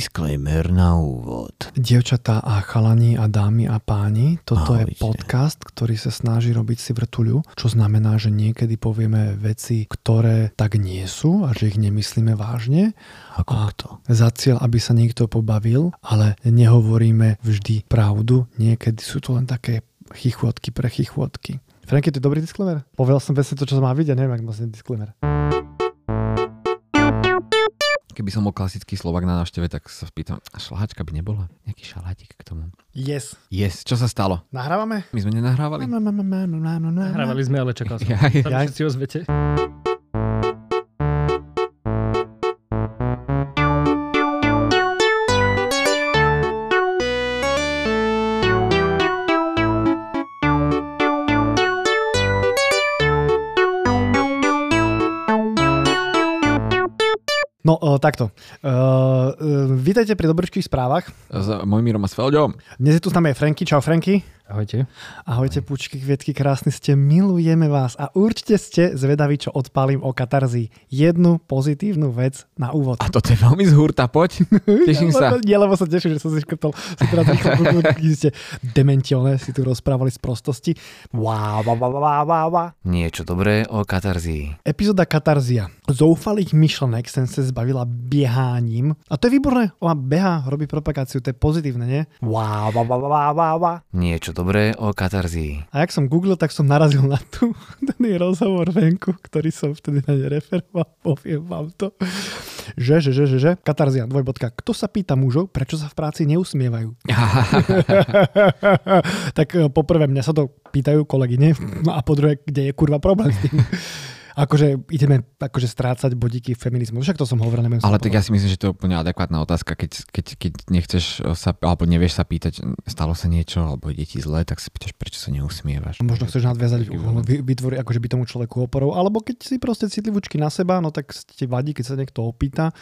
Disclaimer na úvod. Dievčatá a chalani a dámy a páni, toto Ahojte. je podcast, ktorý sa snaží robiť si vrtuľu, čo znamená, že niekedy povieme veci, ktoré tak nie sú a že ich nemyslíme vážne. Ako A- kto? Za cieľ, aby sa niekto pobavil, ale nehovoríme vždy pravdu. Niekedy sú to len také chichvotky pre chichvotky. Franky, to je dobrý disclaimer? Povedal som presne to, čo má vidieť, neviem, ak má znieť disclaimer. Keby som bol klasický Slovak na návšteve, tak sa spýtam, a šláčka by nebola? Nejaký šalátik k tomu? Yes. Yes, čo sa stalo? Nahrávame? My sme nenahrávali? Nahrávali sme, ale čakal som. Ja, ja. Tam Ja- všetci ozvete. No, o, takto. E, e, vítajte pri dobrčkých správach. S Mojmírom a s Feldom. Dnes je tu s nami aj Franky. Čau Franky. Ahojte. Ahojte pučky, kvietky, krásne ste, milujeme vás a určite ste zvedaví, čo odpálim o katarzii. Jednu pozitívnu vec na úvod. A toto je veľmi z hurta, poď. Teším sa. Nie, lebo sa teším, že som si škrtol. Si teraz rýchlo googlil, kde ste dementione, si tu rozprávali z prostosti. Wow, wow, wow, wow, wow, wow. Niečo dobré o katarzii. Epizóda Katarzia. Zoufalých myšlenek jsem se zbavila běháním. A to je výborné. Ona běhá, robí propagáciu, to je pozitívne, nie? Wow, wow, wow, wow, wow, wow. Niečo dobré o katarzii. A jak som googlil, tak som narazil na tú, ten jej rozhovor venku, ktorý som vtedy na ne referoval, poviem vám to. Že, že, že, že, že. Katarzia, dvojbodka. Kto sa pýta mužov, prečo sa v práci neusmievajú? tak e, poprvé, mňa sa to pýtajú kolegyne Mm. no a po druhé, kde je kurva problém s tým? Akože ideme akože strácať bodíky feminizmu. Však to som hovoril, neviem. Ale tak ja si myslím, že to je úplne adekvátna otázka, keď, keď, keď nechceš sa, alebo nevieš sa pýtať, stalo sa niečo, alebo je ti zle, tak sa pýtaš, prečo sa neusmievaš. Možno chceš nadviazať, Taký vy- vytvoriť akože by tomu človeku oporou, alebo keď si proste citlivučky na seba, no tak ti vadí, keď sa niekto opýta,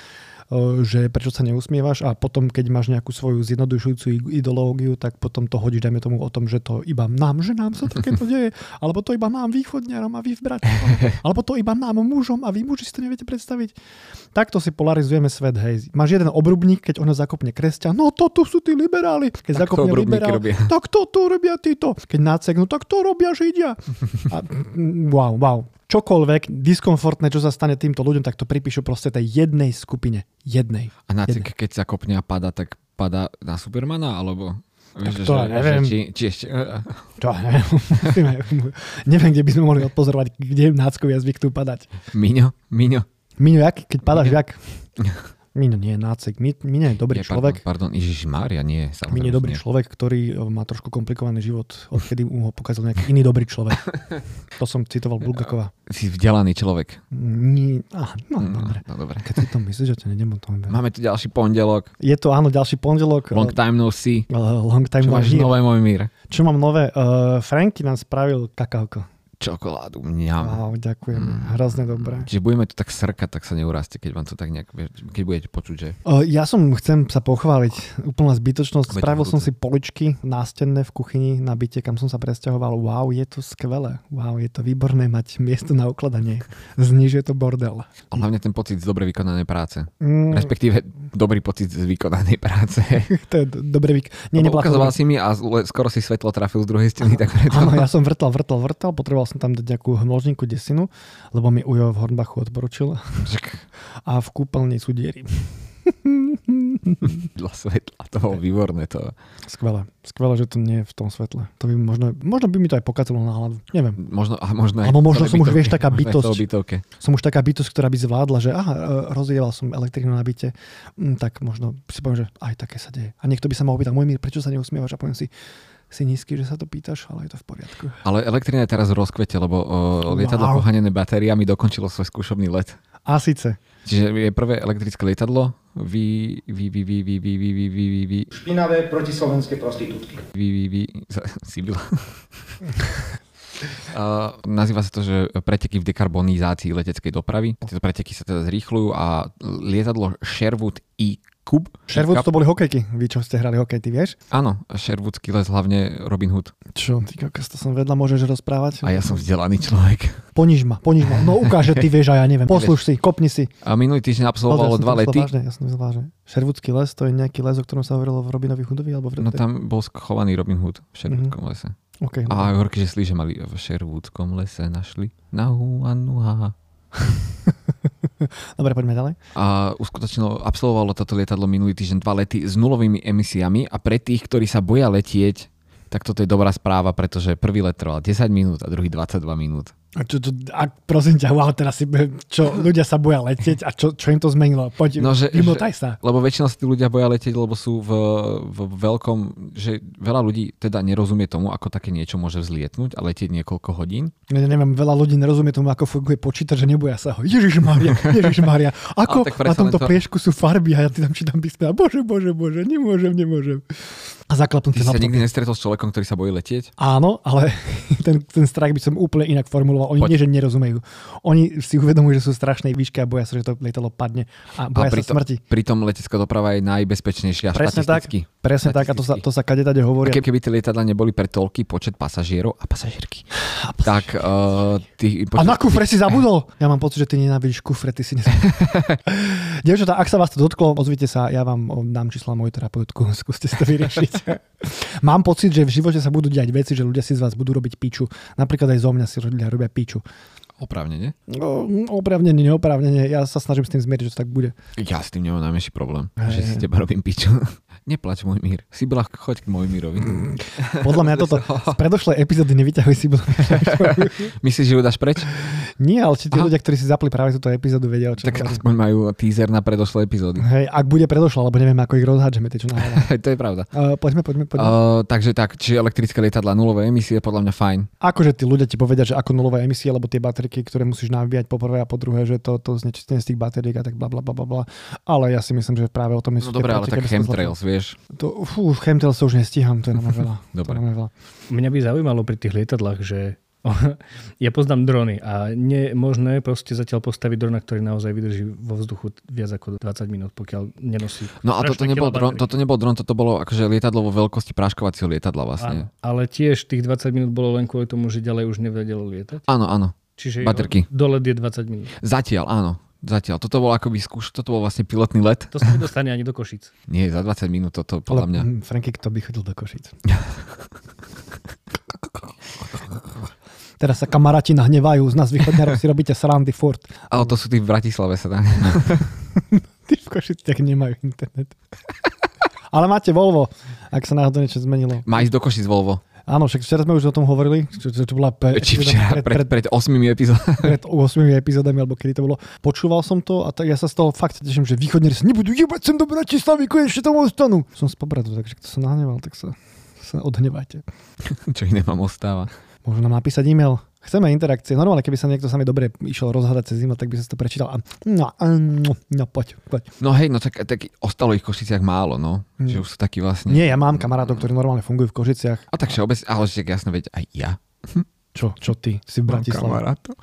eh, že prečo sa neusmievaš a potom, keď máš nejakú svoju zjednodušujúcu i- ideológiu, tak potom to hodíš, dajme tomu, o tom, že to iba nám, že nám sa takéto deje, alebo to iba nám východňarom a vy v Bratislave, alebo to iba nám mužom a vy muži si to neviete predstaviť. Takto si polarizujeme svet, hej. Máš jeden obrubník, keď ono zakopne kresťan, no to tu sú tí liberáli, keď Tak to zakopne obrubníky liberál, robia. tak to tu robia títo. Keď náceknú, tak to robia Židia. A, mm, wow, wow. Čokoľvek diskomfortné, čo sa stane týmto ľuďom, tak to pripíšu proste tej jednej skupine. Jednej. A na cik, keď sa kopne a pada, tak pada na Supermana, alebo... Vieš, to ja neviem. Že, či, či ešte... To neviem, Musíme- neviem, kde by sme mohli odpozorovať, kde náckovia zvyknú padať. Miňo, Miňo. Miňo, jak? Keď padáš, jak? Miňo nie je nácek. Mi- Miňo je dobrý Nie, človek. Pardon, pardon Ježiš Mária, nie. samozrejme, Miňo je dobrý nie. človek, ktorý e, má trošku komplikovaný život, odkedy mu ho pokazil nejaký iný dobrý človek. To som citoval Bulgakova. Si vzdelaný človek. Nie, aha, no, dobre. No, dobre. Keď si to myslíš, že to nedem o tom veľa. Máme tu ďalší pondelok. Je to áno, ďalší pondelok. No. Long time no see. Eh, long time Čo no máš here. nové, môj mír? Čo mám nové? Uh, Franky nám spravil kakaoko. Čokoládu, mňam. Wow, ďakujem. Mm. Hrozne dobré. Čiže budeme tu tak srkať, tak sa neurazte, keď vám to tak nejak, vieš, keď budete počuť, že Uh, ja som chcem sa pochváliť. Úplná zbytočnosť. Veď Spravil som budúce. si poličky nástenné v kuchyni na byte, kam som sa presťahoval. Wow, je to skvelé. Wow, je to výborné mať miesto na ukladanie. Znižuje to bordel. a hlavne ten pocit z dobre vykonanej práce. Mm, Respektíve dobrý pocit z vykonanej práce. to je d- dobrý vík. Nie, Lebo nebola to ukazoval si mi a zle- skoro si svetlo trafil z druhej strany, tak preto... Áno, ja som vrtal, vrtal, vrtal, potreboval som tam dať nejakú hmložníku desinu, lebo mi Ujo v Hornbachu odporučil a v kúpeľni sú diery. Dla svetla, to bolo výborné to. Skvelé, skvelé, že to nie je v tom svetle. To by možno, možno by mi to aj pokazilo na hlavu, neviem. Možno, a možno aj Alebo možno v som už, bytovke. vieš, taká Možno aj v bytosť. celej bytovke. Som už taká bytosť, ktorá by zvládla, že aha, e, rozjeval som elektrínu na byte, Mm, tak možno si poviem, že aj také sa deje. A niekto by sa ma opýtal, môj mír, prečo sa neusmievaš? A poviem si, si nízky, že sa to pýtaš, ale je to v poriadku. Ale elektrina je teraz v rozkvete, lebo o, lietadlo Wow. pohánené batériami dokončilo svoj skúšobný let. A síce, Čiže je prvé elektrické lietadlo vy, vy, vy, vy, vy, vy, vy, vy, vy, vy, vy, špinavé protislovenské prostitútky. vy, vy, vy, Sibyl. Uh, nazýva sa to, že preteky v dekarbonizácii leteckej dopravy. Tieto preteky sa teda zrýchľujú a lietadlo Sherwood E Kub? Sherwood to boli hokejky, vy čo ste hrali hokej, ty vieš? Áno, Sherwoodský les, hlavne Robin Hood. Čo, ty kokos, to som vedľa, môžeš rozprávať? A ja som vzdelaný človek. Poniž ma, poniž ma. No ukáže, ty vieš a ja neviem. Posluš si, kopni si. A minulý týždeň absolvovalo Pozri, ja som to dva myslel lety. Vážne, ja som to myslel vážne. Sherwoodský les, to je nejaký les, o ktorom sa hovorilo v Robinovi Hoodovi, alebo v No tam bol schovaný Robin Hood v Sherwoodskom lese. Okay, no. A horky, že slíže mali v Sherwoodskom lese, našli. Nahu a nuha. Dobre, poďme ďalej. A uskutočnilo, absolvovalo toto lietadlo minulý týždeň dva lety s nulovými emisiami a pre tých, ktorí sa boja letieť, tak toto je dobrá správa, pretože prvý let trval 10 minút a druhý 22 minút. A, čo, čo, a prosím ťa, wow, teraz si, čo, ľudia sa boja letieť a čo, čo im to zmenilo? Poď, No, no, že- vymotaj sa. Lebo väčšinou sa tí ľudia boja letieť, lebo sú v, v veľkom, že veľa ľudí teda nerozumie tomu, ako také niečo môže vzlietnúť a letieť niekoľko hodín. Ja neviem, veľa ľudí nerozumie tomu, ako funguje počítač, že neboja sa ho. Ježiš Maria, Ježiš Maria, ako Ale tak na predsa len tomto to- priežku sú farby a ja ti tam čítam písme. Bože, bože, bože, nemôžem, nemôžem. A Ty zaklapnúť si sa sa nikdy nestretol s človekom, ktorý sa bojí letieť? Áno, ale ten, ten strach by som úplne inak formuloval. Oni Poď. nie, že nerozumejú. Oni si uvedomujú, že sú v strašnej výške a boja sa, že to lietadlo padne a boja sa pritom, smrti. pritom letecká doprava je najbezpečnejšia Presne tak, štatisticky. presne tak a to sa, to sa kade tade hovorí. Ke, keby tie lietadla neboli pre toľký počet pasažierov a pasažierky, tak uh, ty, A na kufre si zabudol. Ja mám pocit, že ty nenávidíš kufre, ty si nezabudol. Dievčatá, ak sa vás to dotklo, ozvite sa, ja vám o, dám čísla moju terapeutku, skúste si to vyriešiť. mám pocit, že v živote sa budú diať veci, že ľudia si z vás budú robiť piču. Napríklad aj zo mňa si ľudia robia piču. oprávnene. No, oprávnenie, neoprávnenie, ja sa snažím s tým zmieriť, že to tak bude. Ja s tým nemám najmenší problém, že Hej. si teba robím piču. Neplač, môj mír. Si bola, choď k môj mírovi. Mhm. Podľa mňa toto z predošlej epizódy nevyťahuj si. Bola... Myslíš, že ju dáš preč? Nie, ale či tí Aha. ľudia, ktorí si zapli práve túto epizódu, vedia, o čom Tak hovorím. aspoň majú teaser na predošlé epizódy. Hej, ak bude predošla, lebo neviem, ako ich rozhádžeme, tie čo nahrávame. to je pravda. Uh, poďme, poďme, poďme. Uh, takže tak, čiže elektrické lietadla, nulové emisie, podľa mňa fajn. akože tí ľudia ti povedia, že ako nulové emisie, lebo tie baterky, ktoré musíš nabíjať po prvé a po druhé, že to, to znečistenie z tých bateriek a tak bla bla bla bla, bla. Ale ja si myslím, že práve o tom je No dobré, ale tak chemtrails, vieš. To, fú, chemtrails to už nestíham, to je na mňa veľa. Dobre. To je na mňa veľa. Mňa by zaujímalo pri tých lietadlách, že ja poznám drony a nie je možné proste zatiaľ postaviť drona, ktorý naozaj vydrží vo vzduchu viac ako 20 minút, pokiaľ nenosí. No a strašné toto nebol, kila dron, baterií. toto nebol dron, toto bolo akože lietadlo vo veľkosti práškovacieho lietadla vlastne. Áno, ale tiež tých 20 minút bolo len kvôli tomu, že ďalej už nevedelo lietať. Áno, áno. Čiže Baterky. dole je 20 minút. Zatiaľ, áno. Zatiaľ. Toto bol akoby skúš, toto bol vlastne pilotný let. To sa nedostane ani do Košic. Nie, za 20 minút toto Ale podľa mňa. mm, Franky, kto by chodil do Košic? Teraz sa kamaráti nahnevajú, z nás východňarov si robíte srandy furt. Ale to sú tí v Bratislave sa tam. Tí v Košiciach nemajú internet. Ale máte Volvo, ak sa náhodou niečo zmenilo. Má ísť do Košic Volvo. Áno, však včera sme už o tom hovorili, čo, čo, čo bola pe- Či včera, pred, pred, pred pred, 8 epizódami. pred 8 epizódami, alebo kedy to bolo. Počúval som to a tak ja sa z toho fakt teším, že východňari sa nebudú jebať sem do Bratislavy, konečne tam ostanú. Som z Pobradu, takže kto sa nahneval, tak sa, sa odhnevajte. Čo iné vám ostáva. Môžu nám napísať e-mail. Chceme interakcie. Normálne, keby sa niekto sami dobre išiel rozhľadať cez e-mail, tak by som si to prečítal. A, no, a, no, no, poď, poď. No hej, no tak, tak ostalo ich v Košiciach málo, no. Mm. Že už sú takí vlastne. Nie, ja mám kamarátov, ktorí normálne fungujú v Košiciach. A tak všeobec, ale že jasne, veď aj ja. Čo, čo ty? Si v Bratislave. kamarátov.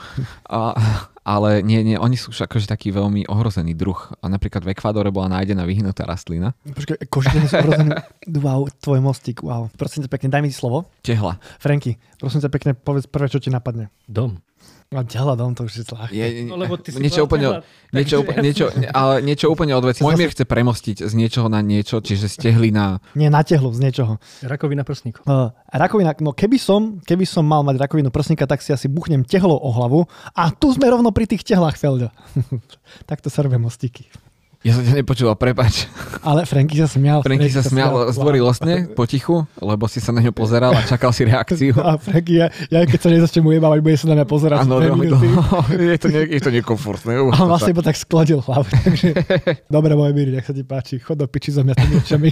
A, ale nie, nie, oni sú už akože taký veľmi ohrozený druh. A napríklad v Ekvádore bola nájdená vyhnutá rastlina. Počkaj, Košice sú ohrozené. Wow, tvoj mostík, wow. Prosím ťa pekne, daj mi slovo. Tehla. Franky, prosím ťa pekne, povedz prvé, čo ti napadne. Dom. A ďala dom, to už je zlá. Je, No, lebo ty si niečo, bola úplne, tehla, niečo, takže- úplne, niečo, ale niečo úplne od veci. Môj mier chce premostiť z niečoho na niečo, čiže stehli na... Nie, natehlo z niečoho. Rakovina prsníkov. Uh, rakovina, no keby som, keby som mal mať rakovinu prsníka, tak si asi buchnem tehlo o hlavu. A tu sme rovno pri tých tehlách, Felda. Takto sa robia mostiky. Ja som ťa nepočúval, prepač. Ale Franky sa smial. Franky sa smial zdvorilostne, potichu, lebo si sa na ňo pozeral a čakal si reakciu. A Franky, ja, ja keď sa nezačnem ujebávať, bude sa na mňa pozerať. Áno, dve no, minúty. je to, ne, je to nekomfortné. už A on to vlastne sa- iba tak skladil hlavu. Takže... Dobre, môj Miri, nech sa ti páči. Chod do piči za mňa tými očami.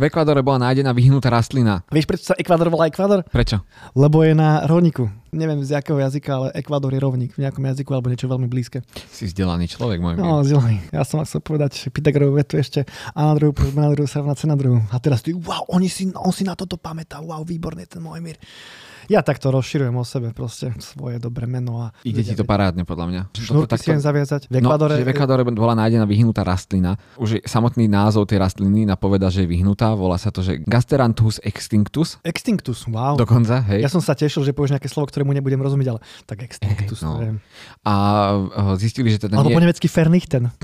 V Ekvádore bola nájdená vyhnutá rastlina. Vieš, prečo sa Ekvador volá Ekvador? Prečo? Lebo je na rovníku. neviem z jakého jazyka, ale Ekvador je rovník v nejakom jazyku alebo niečo veľmi blízke. Si vzdelaný človek, môj no. No, zelený. Ja som chcel povedať Pythagorovú vetu ešte a na druhú plus na druhú sa rovná cena druhú. A teraz ty, wow, oni si, on si na toto pamätá, wow, výborný ten môj mír. Ja takto rozširujem o sebe proste svoje dobré meno a Ide ti to parádne, podľa mňa. Že toto Šnúrky No, si viem zaviazať. V Ekvadore, No, že v Ekvadore bola nájdená vyhnutá rastlina. Už je- samotný názov tej rastliny napoveda, že je vyhnutá. Volá sa to, že Gasteranthus extinctus. Extinctus, wow. Dokonca, hej. No. Ja som sa tešil, že povieš nejaké slovo, ktorému nebudem rozumieť, ale tak Extinctus, no. no. neviem. A e, zistili, že teda Alebo po nie, nemecky Fernichten.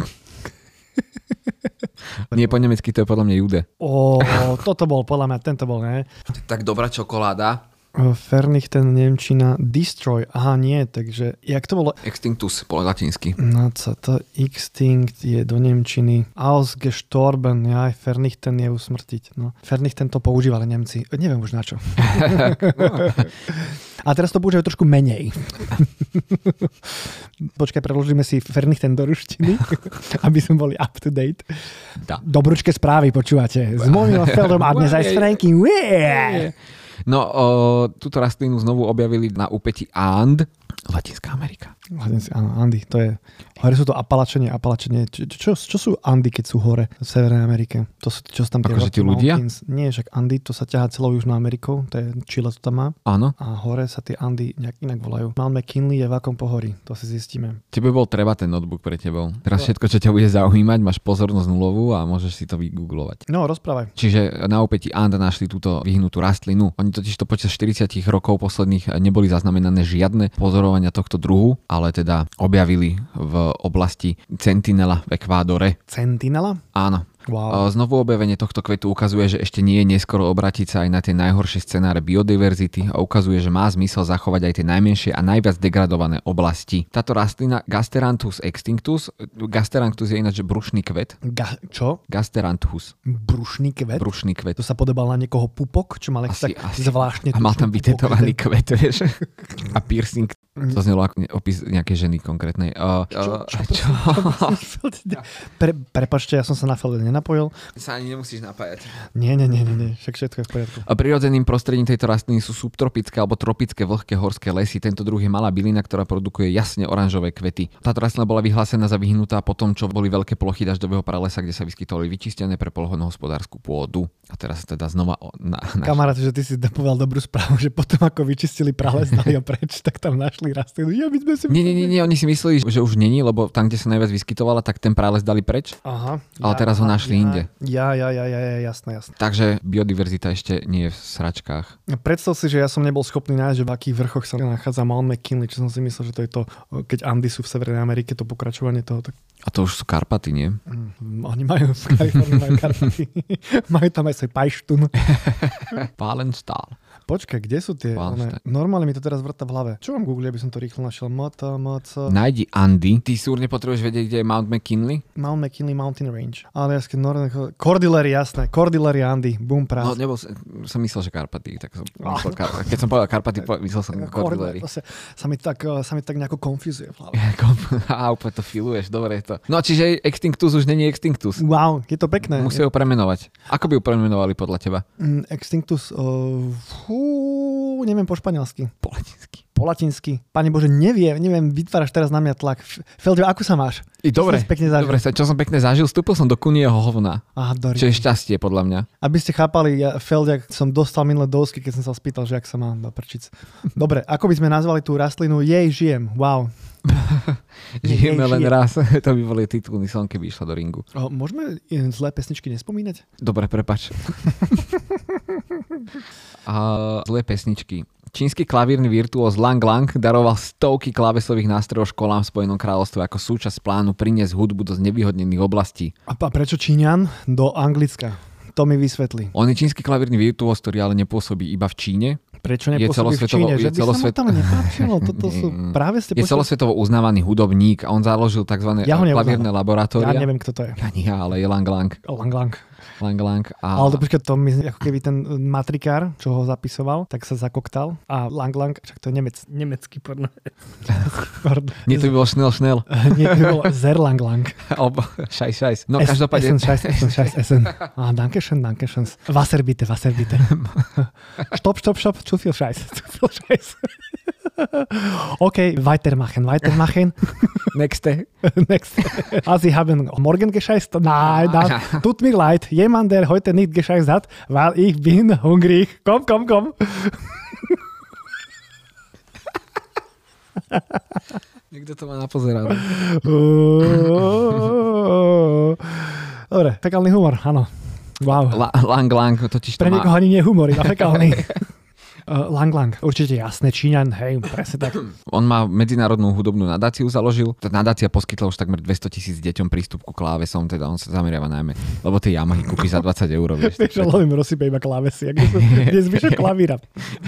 nie po nemecky, to je podľa mňa jude. O, toto bol, podľa mňa, tento bol, ne? Tak dobrá čokoláda. Fernichten, Nemčina, Destroy, aha, nie, takže, jak to bolo? Extinctus po latinsky. No co, to Extinct je do Nemčiny. Ausgestorben, aj Fernichten je usmrtiť. No. Fernichten to používali Nemci. Neviem už na čo. A teraz to používajú trošku menej. Počkaj, preložíme si Fernichten do ruštiny, aby sme boli up to date. Da. Dobručké správy počúvate. S Mojmilom Feldom a dnes aj s Franky. No, o, túto rastlínu znovu objavili na úpeti And. Latinská Amerika. Hľadím si, áno, Andy, to je... Hore sú to Apalačenie, Apalačenie. Čo, čo, čo sú Andy, keď sú hore v Severnej Amerike? To sú, čo sú tam tie Akože Rocky tí ľudia? Mountains? Nie, však Andy, to sa ťahá celou Južnou Amerikou, to je Chile, to tam má. Áno. A hore sa tie Andy nejak inak volajú. Mount McKinley je v akom pohorí, to si zistíme. Tebe bol treba ten notebook pre tebou. No. Teraz všetko, čo ťa bude zaujímať, máš pozornosť nulovú a môžeš si to vygooglovať. No, rozprávaj. Čiže na opäti Anda našli túto vyhnutú rastlinu. Oni totiž to počas 40 rokov posledných neboli zaznamenané žiadne pozorovania tohto druhu, ale teda objavili v oblasti Centinela v Ekvádore. Sentinela? Áno. Wow. A Znovu objavenie tohto kvetu ukazuje, že ešte nie je neskoro obrátiť sa aj na tie najhoršie scenáre biodiverzity a ukazuje, že má zmysel zachovať aj tie najmenšie a najviac degradované oblasti. Táto rastlina Gasteranthus extinctus, Gasteranthus je ináč že brušný kvet, Ga- čo? Gasteranthus, Brušný kvet? brušný kvet. to sa podobal na niekoho pupok, čo mal Asi, asi, tak asi. zvláštne. A mal tam tučný pupok. vytetovaný kvet, vieš. A piercing. To znelo ako ne- opis nejakej ženy konkrétnej. Uh, uh, čo? čo? Pre, prepačte, ja som sa na Felde nenapojil. Sa ani nemusíš napájať. Nie, nie, nie, nie, nie, však všetko je v poriadku. A prirodzeným prostredím tejto rastliny sú subtropické alebo tropické vlhké horské lesy. Tento druh je malá bylina, ktorá produkuje jasne oranžové kvety. Táto rastlina bola vyhlásená za vyhnutá po tom, čo boli veľké plochy dažďového pralesa, kde sa vyskytovali vyčistené pre polhospodárskú pôdu. A teraz teda znova o, na, na, Kamarát, že ty si povedal dobrú správu, že potom ako vyčistili prales, dali ho preč, tak tam našli rastlinu. Ja by sme si... Nie, nie, nie, nie, oni si mysleli, že už není, lebo tam, kde sa najviac vyskytovala, tak ten prales dali preč. Aha. Ale teraz ho našli ja, inde. Ja, ja, ja, ja, ja, jasné, jasné. Takže biodiverzita ešte nie je v sračkách. Predstav si, že ja som nebol schopný nájsť, že v akých vrchoch sa nachádza Mount McKinley, čo som si myslel, že to je to, keď Andy sú v Severnej Amerike, to pokračovanie toho, tak A to už sú Karpaty, nie? mm, oni majú v Kalifornii, majú Karpaty. majú tam aj svoj pajštun. Palenstál. Počkaj, kde sú tie? Wow, One, tak. normálne mi to teraz vrta v hlave. Čo mám Google, aby som to rýchlo našiel? Mata, mata. Najdi Andy. Ty súrne potrebuješ vedieť, kde je Mount McKinley? Mount McKinley Mountain Range. Aliasky Northern... Cordillery, jasné. Cordillery Andy. Boom, prás. No, nebol, som myslel, že Karpaty. Tak som myslel Karpaty. Keď som povedal Karpaty, po- myslel som Cordillery. sa, sa, mi tak, eh, sa mi tak nejako konfizuje v hlave. Á, úplne to filuješ, dobre je to. No, čiže Extinctus už není Extinctus. Wow, je to pekné. Musia ho premenovať. Ako by ho premenovali podľa teba? Mm, Extinctus, uh, fú, neviem po španielsky, Po latinsky. po latinsky. Pane Bože, neviem, neviem, vytváraš teraz na mňa tlak. F- Feldio, ako sa máš? I dobre, Čo si pekne zažil? dobre, sa- čo som pekne zažil, vstúpil som do kunieho hovna. Aha, Dori. Čo je šťastie, podľa mňa. Aby ste chápali, ja Feldia som dostal minulé dosky, keď som sa spýtal, že ak sa mám do prčic. Dobre, ako by sme nazvali tú rastlinu? Jej, žijem. Wow. Nie, Žijeme nie, len žijem. raz. To by boli titulný song, keby išla do ringu. O, môžeme e, zlé pesničky nespomínať? Dobre, prepač. A zlé pesničky. Čínsky klavírny virtuóz Lang Lang daroval stovky klávesových nástrojov školám v Spojenom kráľovstve ako súčasť plánu priniesť hudbu do znevýhodnených oblastí. A, a prečo Číňan do Anglicka? To mi vysvetlí. On je čínsky klavírny virtuóz, ktorý ale nepôsobí iba v Číne. Prečo Je nepôsobí v celosvetovo- Číne? je Že by sa mu celosvet- tam nepáčilo? Toto sú Nie. práve ste Je počuli- celosvetovo uznávaný hudobník a on založil tzv. Ja ho neuznám. klavírne Ja laboratória. neviem, kto to je. Ani ja, ale je Lang Lang. Lang Lang. Lang Lang a... Ale to počkaj, to mi ako keby ten e, matrikár, čo ho zapisoval, tak sa zakoktal a Lang Lang, však to je Nemec. Nemecký porno. Pardon. Nie, to by bol šnel, šnel. Nie, to bolo Zerlang Lang. Alebo šaj, šaj. No, Es- každopádne... Essen, scheiß, Essen, scheiß, Essen. Ah, danke schön, danke schön. Wasser bitte, Wasser bitte. Stopp, stopp, stopp, zu viel Scheiß, zu viel Scheiß. Okay, weitermachen, weitermachen. Nexte. Next. Ah, Sie haben morgen gescheißt? Nein, das tut mir leid. Jemand, der heute nicht gescheißt hat, weil ich bin hungrig. Komm, komm, komm. Niekto to má napozeral. Äh, Dobre, fekálny humor, áno. Wow. La, lang, lang, totiž to Pre má... niekoho ani nie je humor, iba fekálny. Uh, Lang Lang, určite jasné, Číňan, hej, presne tak. On má medzinárodnú hudobnú nadáciu založil. Tá nadácia poskytla už takmer 200 tisíc deťom prístup ku klávesom, teda on sa zameriava najmä, lebo tie Yamahy kúpi za 20 eur, vieš. Vieš, lovím rozsype iba klávesy. Ak sú- Kde je zvyšok klavíra?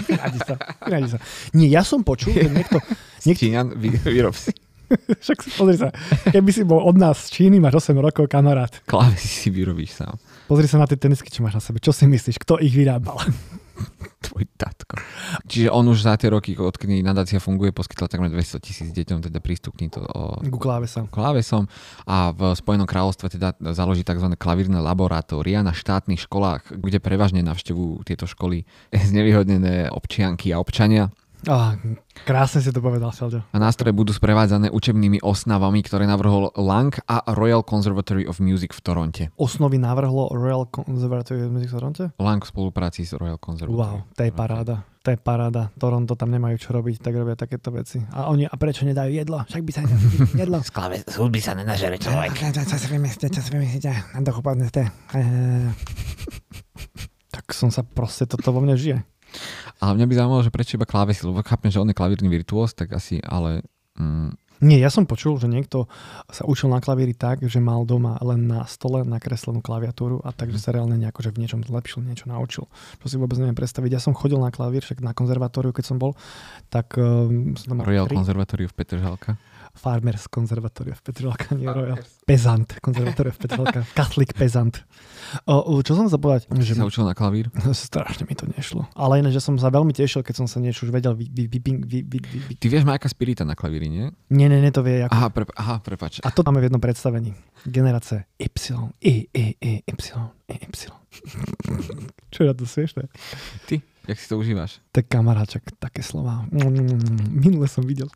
Vyradi sa, vyradi sa. Nie, ja som počul, že niekto... niekto Číňan, vy, vyrob si. však si, pozri sa, keby si bol od nás z Číny, máš 8 rokov, kamarát. Klávesy si vyrobíš sám. Pozri sa na tie tenisky, čo máš na sebe. Čo si myslíš, kto ich vyrábal? Tvoj tatko. Čiže on už za tie roky, odkedy nadácia funguje, poskytla takmer 200 tisíc deťom, teda prístupní to o Ku klávesom. klávesom a v Spojenom kráľovstve teda založí tzv. klavírne laboratória na štátnych školách, kde prevažne navštevujú tieto školy znevýhodnené občianky a občania. Á, Ah, krásne si to povedal, Felďo. A nástroje budú sprevádzané učebnými osnavami, ktoré navrhol Lang a Royal Conservatory of Music v Toronte. Osnovy navrhlo Royal Conservatory of Music v Toronte? Lang v spolupráci s Royal Conservatory. Wow, to je paráda. To je paráda. Toronto tam nemajú čo robiť, tak robia takéto veci. A oni, a prečo nedajú jedlo? Však by sa nedalo jedlo. Sklave, hudby sa nenažere človek. Čo si vymyslíte, čo si vymyslíte? Na to chupadnete. Tak som sa proste, toto vo mne žije. Ale mňa by zaujímalo, že prečo iba klávesy, lebo chápem, že on je klavírny virtuós, tak asi, ale mm, Nie, ja som počul, že niekto sa učil na klavíri tak, že mal doma len na stole nakreslenú klaviatúru a takže sa reálne nejako, že v niečom zlepšil, niečo naučil. Čo si vôbec neviem predstaviť. Ja som chodil na klavír, však na konzervatóriu, keď som bol, tak um, som tam mal Royal tri. Conservatory of Petržalka. Farmers konzervatória v Petržalka, nie Royal. Pezant, konzervatória v Petržalka. Katlik pezant. O, o, čo som sa povedať? Že Že sa učil na klavír? strašne mi to nešlo. Ale iné, že som sa veľmi tešil, keď som sa niečo už vedel vy, vy, vy, vy, vy, vy, vy, vy. Ty vieš Majka Spirita na klavíri, nie? Nie, nie, nie, to vie, ako... Aha, pre, aha prepač. A to máme v jednom predstavení. Generace Y, I, I, I, Y, I, Y. Čo je na to smiešné? Ty, jak si to užívaš? Tak kamaráčak, také slova. Minule som videl.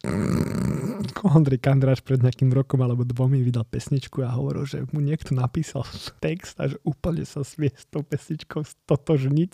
Ondrej Kandráš pred nejakým rokom alebo dvomi vydal pesničku a hovoril, že mu niekto napísal text a že úplne sa smie s tou pesničkou stotožniť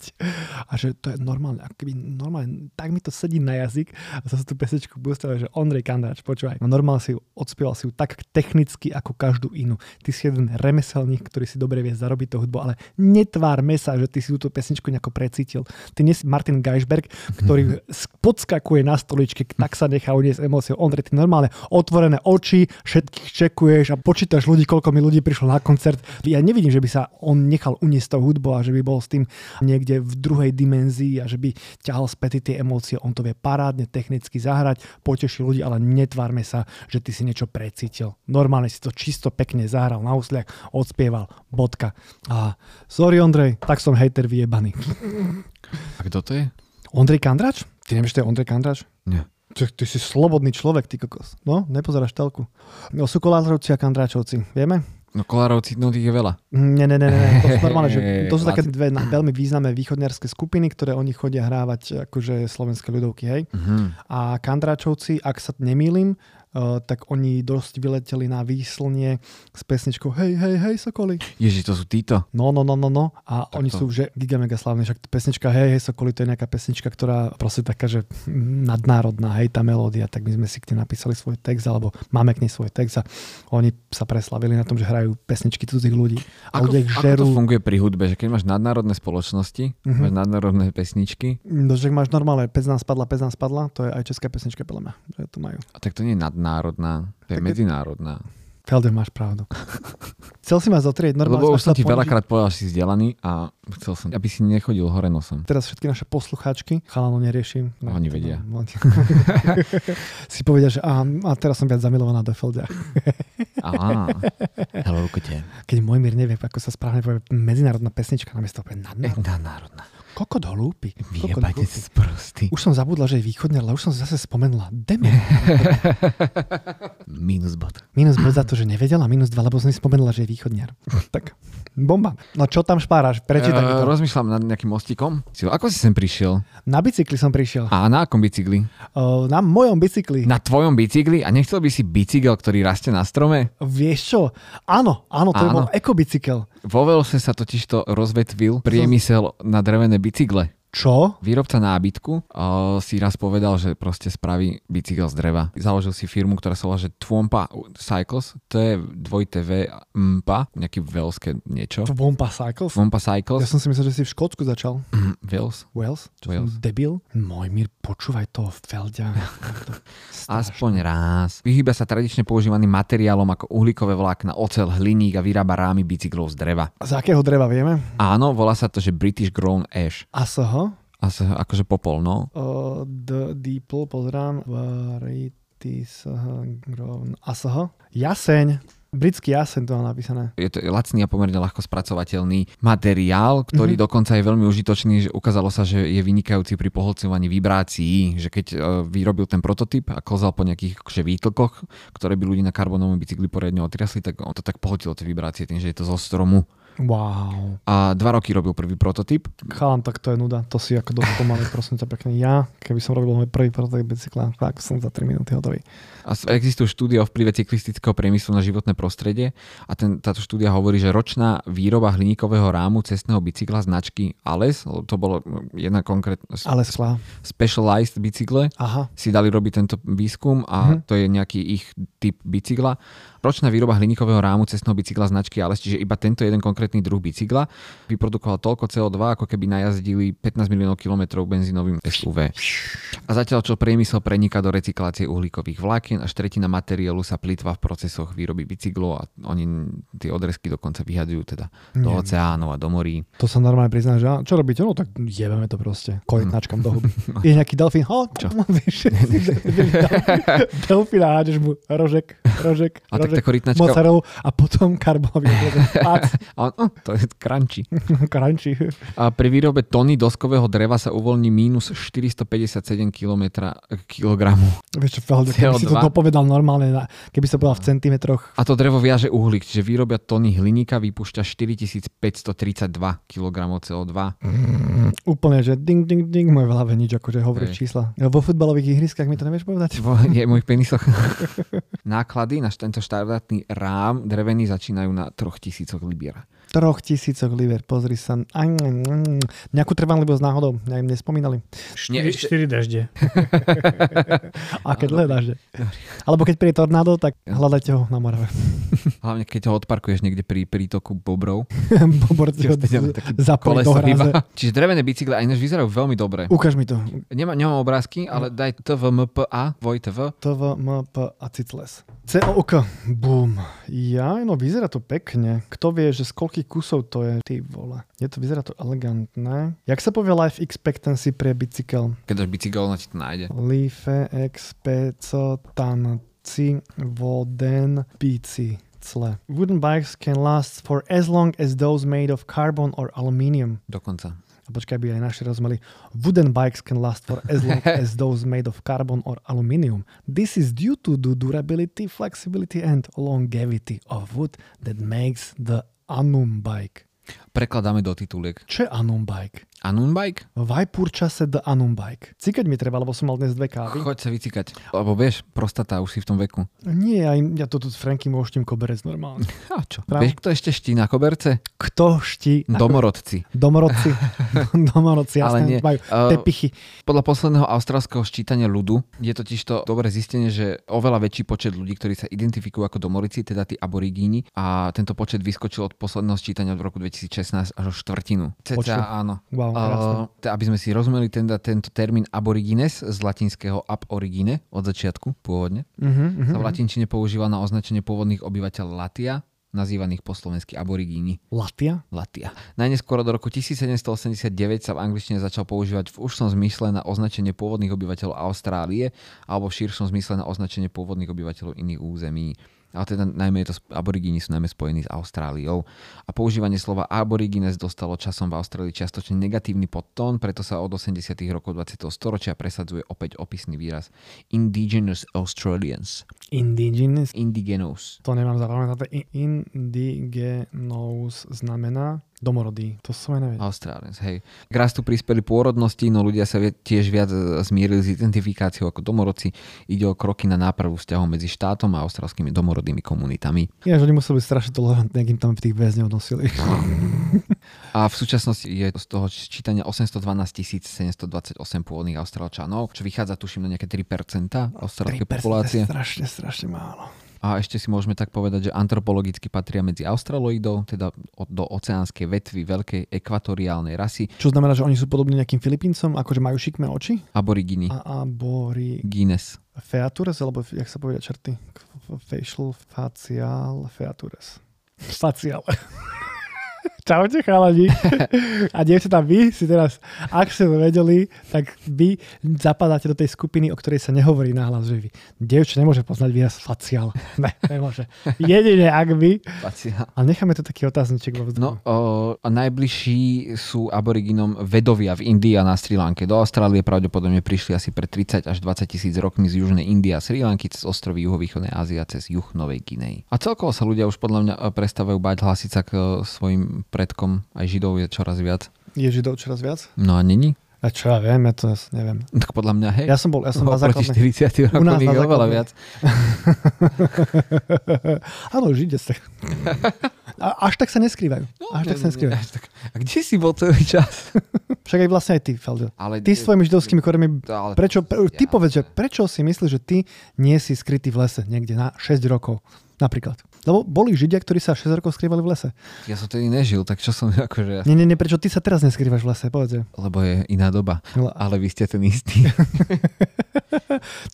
a že to je normálne, ako keby normálne, tak mi to sedí na jazyk a sa tú pesničku postavil, že Ondrej Kandráč, počúvaj, no normálne si ju odspieval si ju tak technicky ako každú inú. Ty si jeden remeselník, ktorý si dobre vie zarobiť to hudbu, ale netvárme sa, že ty si túto pesničku nejako precítil. Ty nie si Martin Geisberg, ktorý s- podskakuje na stoličke, tak sa nechá uniesť emóciou. Ondrej, ty normálne otvorené oči, všetkých čekuješ a počítaš ľudí, koľko mi ľudí prišlo na koncert. Ja nevidím, že by sa on nechal uniesť tou hudbou a že by bol s tým niekde v druhej dimenzii a že by ťahal späť tie emócie. On to vie parádne technicky zahrať, poteší ľudí, ale netvárme sa, že ty si niečo precítil. Normálne si to čisto pekne zahral na úsliach, odspieval, bodka. A sorry Ondrej, tak som hejter vyjebaný. A kto to je? Ondrej Kandrač? Ty nevieš, to je Ondrej Kandrač? Nie. Ty, ty si slobodný človek, ty kokos. No, nepozeráš telku. No, sú kolárovci a kandráčovci, vieme? No kolárovci, no tých je veľa. Nie, nie, nie, nie. To sú normálne, že to sú také dve na- veľmi významné východňarské skupiny, ktoré oni chodia hrávať akože slovenské ľudovky, hej? Mhm. A kandráčovci, ak sa nemýlim, eh, tak oni dosť vyleteli na výslnie s pesničkou Hej, hej, hej, Sokoli. Ježiš, to sú títo. No, no, no, no, no. Tak A tak oni to- to. sú že gigamega slávni. Však pesnička Hej, hej, Sokoli, to je nejaká pesnička, ktorá proste taká, že nadnárodná, hej, tá melódia, tak my sme si k nej napísali svoj text, alebo máme k nej svoj text a oni sa preslavili na tom, že hrajú pesničky cudzích ľudí. A Ako, ľudia ich ako to žerú. funguje pri hudbe, že keď máš nadnárodné spoločnosti, Mhm. máš nadnárodné pesničky, No, že máš normálne, pec nám spadla, pec nám spadla, to je aj česká pesnička, podľa mňa, že to majú. a tak to nie je nadnárodná, to je Tak je- medzinárodná. Felder, máš pravdu. Chcel si ma zotrieť, normálne. Lebo sme už som sa ti pondelí- veľakrát povedal, že si vzdelaný a chcel som, aby si nechodil hore nosom. teraz všetky naše poslucháčky, chalano neriešim. No, Teda no, Oni vedia. Oni- si povedia, že a, a teraz som viac zamilovaná do Felda. Aha. Hello, kde? Keď Mojmír nevie, ako sa správne povie medzinárodná pesnička, namiesto úplne Eh, nadnárodná. Nadnárodná. Kokot hlúpy. kokot Vyjebajte hlúpy. sa sprostý. Už som zabudla, že je východňar, ale už som zase spomenula. Deme. Minus bod. Minus bod za to, že nevedela, minus dva, lebo som si spomenula, že je východňar. tak. Bomba. No čo tam špáraš? Prečítaj mi Eh, to. rozmýšľam nad nejakým mostikom. Silo, Ako si sem prišiel? Na bicykli som prišiel. A na akom bicykli? O, na mojom bicykli. Na tvojom bicykli? A nechcel by si bicykel, ktorý rastie na strome? Vieš čo? Áno, áno, to je Áno. bol ekobicykel. Vo Velse sa totižto rozvetvil priemysel na drevené bicykle. Čo? Výrobca nábytku o, si raz povedal, že proste spraví bicykel z dreva. Založil si firmu, ktorá sa volá, že Twompa Cycles, to je dvojité V MPA, nejaké veľské niečo. Bomba Cycles? Twompa Ja Cycles, Mhm, som si myslel, že si v Škótsku začal. Wales. Wales? Čo Wales. som debil? Mojmír, počúvaj toho Feldia. Aspoň raz. Vyhýba sa tradične používaným materiálom ako uhlíkové vlákna, ocel, hliník a vyrába rámy bicyklov z dreva. Z akého dreva vieme? Áno, volá sa to, že British Grown Ash. ASH? A sa, akože popol, no. Uh, the Deeple, pozerám. Varieties uh, grown. ASH? Jaseň. Britský jaseň to mám napísané. je to lacný a pomerne ľahko spracovateľný materiál, ktorý mm-hmm. dokonca je veľmi užitočný. Že ukázalo sa, že je vynikajúci pri pohlcovaní vibrácií, že keď e, vyrobil ten prototyp a klzal po nejakých akože, výtlkoch, ktoré by ľudí na karbonovom bicykli poriadne otriasli, tak on to tak pohltilo tie vibrácie tým, že je to zo stromu. Wow. A dva roky robil prvý prototyp. Chalan, tak to je nuda. To si ako dosť pomaly, prosím ťa pekne. Ja, keby som robil môj prvý prototyp bicykla, tak som za 3 minúty hotový. A s- existujú štúdie o vplyve cyklistického priemyslu na životné prostredie a ten, táto štúdia hovorí, že ročná výroba hliníkového rámu cestného bicykla značky Ales, to bolo jedna konkrétna Ale sklá. specialized bicykle, Aha. si dali robiť tento výskum a to je nejaký ich typ bicykla. Ročná výroba hliníkového rámu cestného bicykla značky Ales, čiže iba tento jeden konkrétny druh bicykla, vyprodukoval toľko CO2, ako keby najazdili 15 miliónov kilometrov benzínovým SUV. A zatiaľ, čo priemysel preniká do recyklácie uhlíkových vlákien, až tretina materiálu sa plýtva v procesoch výroby bicyklov a oni tie odrezky dokonca vyhadujú teda do oceánov a do morí. To sa normálne prizná, že á, čo robíte? No tak jebeme to proste. Korytnačkam do huby. No. Je nejaký delfín. Ho, čo? Vieš, delfína hádeš mu rožek, rožek, A tak rožek, tá korytnačka- mozzarellu a potom karbonový obrezok. Pac, A on, "Oh, to je crunchy. crunchy. A pri výrobe tony doskového dreva sa uvoľní minus 457 km, kg. Vieš čo, Feldo, keby si to CO2. dopovedal normálne, na, keby si to povedal v centimetroch. A to drevo viaže uhlík, čiže výrobia tony hliníka vypúšťa 4532 kg CO2. Úplne, že ding, ding, ding, moje v hlave nič, akože hovoríš Hej. čísla. Vo futbalových ihriskách mi to nevieš povedať? Vo je mojich penisoch. Náklady na tento štandardný rám drevený začínajú na 3000 libier. Troch tisícok liver, pozri sa. Aj, aj, aj. Nejakú trvanlivosť náhodou, ja im nespomínali. Nie, 4, ešte- dažde. A keď hľadáš, že? Alebo keď príde tornádo, tak hľadajte ho na Morave. Hlavne keď ho odparkuješ niekde pri prítoku bobrov. Bobor ti ho Ste z- taký zapojí do koleso hráze. ryba. Čiže drevené bicykle aj než vyzerajú veľmi dobre. Ukáž mi to. Nemá, nemám obrázky, ale daj tvmpa, vojtv. TVMP a Citles. COK. Bum. Ja, no vyzerá to pekne. Kto vie, že z koľkých kusov to je? Ty vole. Je to, vyzerá to elegantné. Jak sa povie life expectancy pre bicykel? Keď dáš bicykel, ona ti to nájde. Life expectancy voden bici. Cle. Wooden bikes can last for as long as those made of carbon or aluminium. Dokonca. A počkaj, aby aj naši rozumeli. Wooden bikes can last for as long as those made of carbon or aluminium. This is due to the durability, flexibility and longevity of wood that makes the Anum bike. Prekladáme do tituliek. Čo je Anum bike? Anunbike? Vajpúrča sa the Anum bike. Cikať mi treba, lebo som mal dnes dve kávy. Choď sa vycikať. Lebo vieš, prostata už si v tom veku. Nie, aj, ja to tu s Frankym oštím koberec normálne. A čo? Práve. Vieš, kto ešte ští na koberce? Kto šti? Domorodci. Domorodci. Domorodci, Ale nie. jasné, majú Eh, tepichy. Podľa posledného austrálskeho ščítania ľudu je totiž to dobre zistenie, že oveľa väčší počet ľudí, ktorí sa identifikujú ako domorici, teda tí aborigíni, a tento počet vyskočil od posledného ščítania v roku 2016 až o štvrtinu. Počtu. Ceca, áno. Wow, krásne. A, t- aby sme si rozumeli, tenda, tento termín aborigines z latinského ab origine od začiatku pôvodne Uh-huh, sa v uh-huh. latinčine používa na označenie pôvodných obyvateľov Latia, nazývaných po slovensky aborigíni. Latia? Latia. Najneskôr do roku 1789 sa v angličtine začal používať v užšom zmysle na označenie pôvodných obyvateľov Austrálie alebo v širšom zmysle na označenie pôvodných obyvateľov iných území. ale teda najmä je to, sp- aborigíni sú najmä spojení s Austráliou. A používanie slova aborigines dostalo časom v Austrálii čiastočne negatívny podtón, preto sa od 80. rokov 20. storočia presadzuje opäť opisný výraz indigenous Australians. Indigenous. Indigenous. To nemám zapamätané. I- Indigenous znamená domorodý. To som aj nevedel. Australians, hej. K rastu prispeli pôrodnosti, no ľudia sa vie- tiež viac e, zmierili s identifikáciou ako domorodci. Ide o kroky na nápravu vzťahov medzi štátom a austrálskymi domorodými komunitami. Ja, že nemusel byť strašne tolerantný, ak im tam v tých väzňov nosili. A v súčasnosti je z toho čítania 812 728 pôvodných austrálčanov, čo vychádza tuším na nejaké 3% austrálskej 3% populácie. strašne, strašne málo. A ešte si môžeme tak povedať, že antropologicky patria medzi australoidov, teda od- do oceánskej vetvy veľkej ekvatoriálnej rasy, Čo znamená, že oni sú podobní nejakým Filipíncom, akože majú šikmé oči? aborigini, A abori... gines. Features, alebo jak sa povedia črty? K- f- Facial, facial, features. Facial. Čaute chalani. A dievčatá, vy si teraz, ak ste to vedeli, tak vy zapadáte do tej skupiny, o ktorej sa nehovorí nahlas, že vy. Dievča nemôže poznať výraz facial. Ne, nemôže. Jedine ak vy. Facia. Ale necháme tu taký otázniček vo vzduchu. No, o, a najbližší sú aboriginom vedovia v Indii a na Sri Lanke. Do Austrálie pravdepodobne prišli asi pred 30 až 20 tisíc rokmi z južnej Indie a Sri Lanky, cez ostrovy juhovýchodnej Ázie a cez juh Novej Ginej. A celkovo sa ľudia už podľa mňa e, prestávajú báť hlásiť sa k e, svojim predkom. Aj Židov je čoraz viac. Je židov čoraz viac? No a není? A čo ja viem, ja to zase neviem. Tak podľa mňa, hej. Ja som bol, ja som na Oproti základnej... 40 U nás rokom na ich je oveľa základnej. viac. Áno, žide sa. A až tak sa neskrývajú. No, No, Až tak sa neskrývajú. Až tak. A kde si bol celý čas? Však aj vlastne aj ty, Feldo. Ale, Ty s tvojimi židovskými koremi... To ale- Prečo, pre- ty Ja- povedz, že prečo si myslíš, že ty nie si skrytý v lese niekde na 6 rokov? Napríklad. Lebo boli židia, ktorí sa 6 rokov skrývali v lese. Ja som tedy nežil, tak čo som akože... Ja Nie, nie, nie, prečo ty sa teraz neskrývaš v lese? Povedz. že- No, lebo je iná doba. Ale- Ale vy ste ten istý.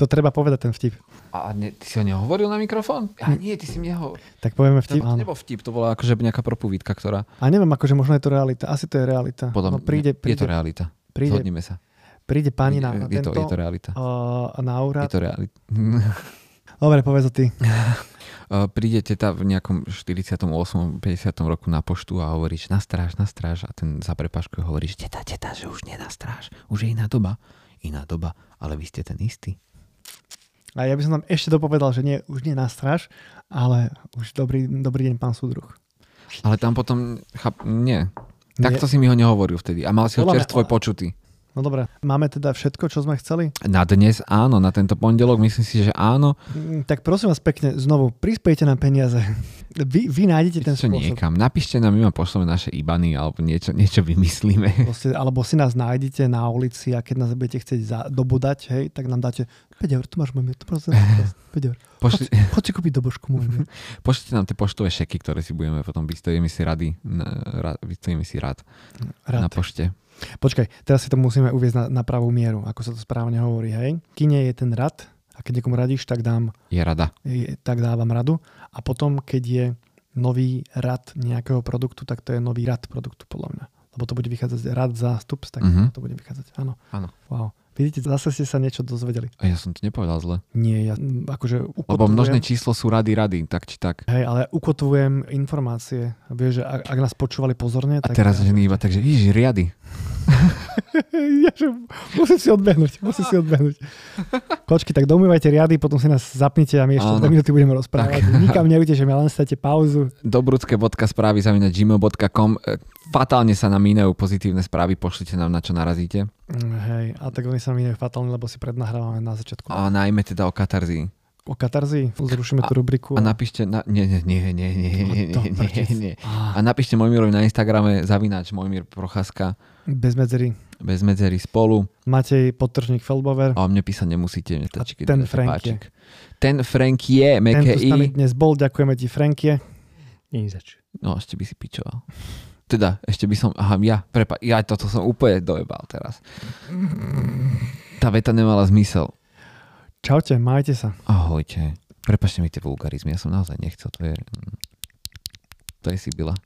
To treba povedať ten vtip. A ne, ty si ho nehovoril na mikrofón? A nie, ty si mi nehovoril. Tak povieme To, Hm. vtip. to Áno. nebol vtip, to bola akože nejaká propovídka, ktorá... A neviem, akože možno je to realita. Asi to je realita. Podľa no, príde, mňa- je to príde, realita. príde- Zhodnime sa. príde pani na, na je, je, to, tento... je to realita. uh, na Je úrad. to realita. Dobre, povedz to ty. Príde teta Eh, v nejakom 48. 50. roku na poštu a hovoríš na stráž, na stráž a ten za prepašku hovoríš teta, teta, že už nie na stráž, už je iná doba. Iná doba, ale vy ste ten istý. A ja by som tam ešte dopovedal, že nie, už nie na stráž, ale už dobrý, dobrý deň, pán súdruh. Ale tam potom, chap, nie. Nie. Takto si mi ho nehovoril vtedy a mal si ho Podľa mňa- čerstvo počutý. No dobré, máme teda všetko, čo sme chceli? Na dnes áno, na tento pondelok myslím si, že áno. Mm, Tak prosím vás pekne, znovu, prispejte nám peniaze. Vy, vy nájdete ten Čo spôsob. niekam. Napíšte nám, my vám pošleme naše ibany alebo niečo, niečo vymyslíme. Proste, alebo si nás nájdete na ulici a keď nás budete chcieť za, dobodať, hej, tak nám dáte 5 eur, tu máš môj mier, tu máš zase 5 eur. Pošli, Poď si kúpiť dobožku môj mier. pošlite nám tie poštové šeky, ktoré si budeme potom vystojíme si rady, na- ra- vystojíme si rád, na Rád. pošte. Počkaj, teraz si to musíme uviezť na, na pravú mieru, ako sa to správne hovorí, hej. Kine je ten rad a keď niekomu radíš, tak dám Je rada. je- tak dávam radu. A potom, keď je nový rad nejakého produktu, tak to je nový rad produktu, podľa mňa. Lebo to bude vychádzať rad zástup, tak Mhm. uh-huh. to bude vychádzať. Áno. Áno. Wow. Vidíte, zase ste sa niečo dozvedeli. A ja som to nepovedal zle. Nie, ja mm, akože Lebo množné ukotvujem, číslo sú rady, rady, tak či tak. hej, ale ukotvujem informácie. Vieš, že ak, ak nás počúvali pozorne, A tak... teraz ženy iba, takže vidíš, riady. Ja, že musím si odbehnúť, musím si odbehnúť. Kočky, tak domývajte riady, potom si nás zapnite a my ešte Áno. dve minúty budeme rozprávať. Nikam neutečeme, len stajte pauzu. Dobrudské.správy zavínať gmail.com E, Fatálne sa nám míňajú pozitívne správy, pošlite nám na čo narazíte. Mm, Hej, a tak oni sa mi fatálne, lebo si prednahrávame na začiatku. A... A najmä teda o katarzii. O katarzii zrušíme tú rubriku. A napíšte, na... nie, nie, nie, nie, nie, nie, To nie, nie, prčíc. nie. A Á, napíšte Mojmirovi na Instagrame zavináč Mojmir Procházka Bez medzery. bez medzery spolu. Matej Podtržník Feldbover. A o mne písať nemusíte, mne tačí, keď ten dáte Frank páčik. Ten Frank je, Ten meké tu s nami i. dnes bol, ďakujeme ti Frankie. Nie zač. No, ešte by si pičoval. Teda, ešte by som, aha, ja, prepa, ja toto som úplne dojebal teraz. Tá veta nemala zmysel. Čaute, majte sa. Ahojte. Prepačte mi tie vulgarizmy, ja som naozaj nechcel, to je... To je sibila.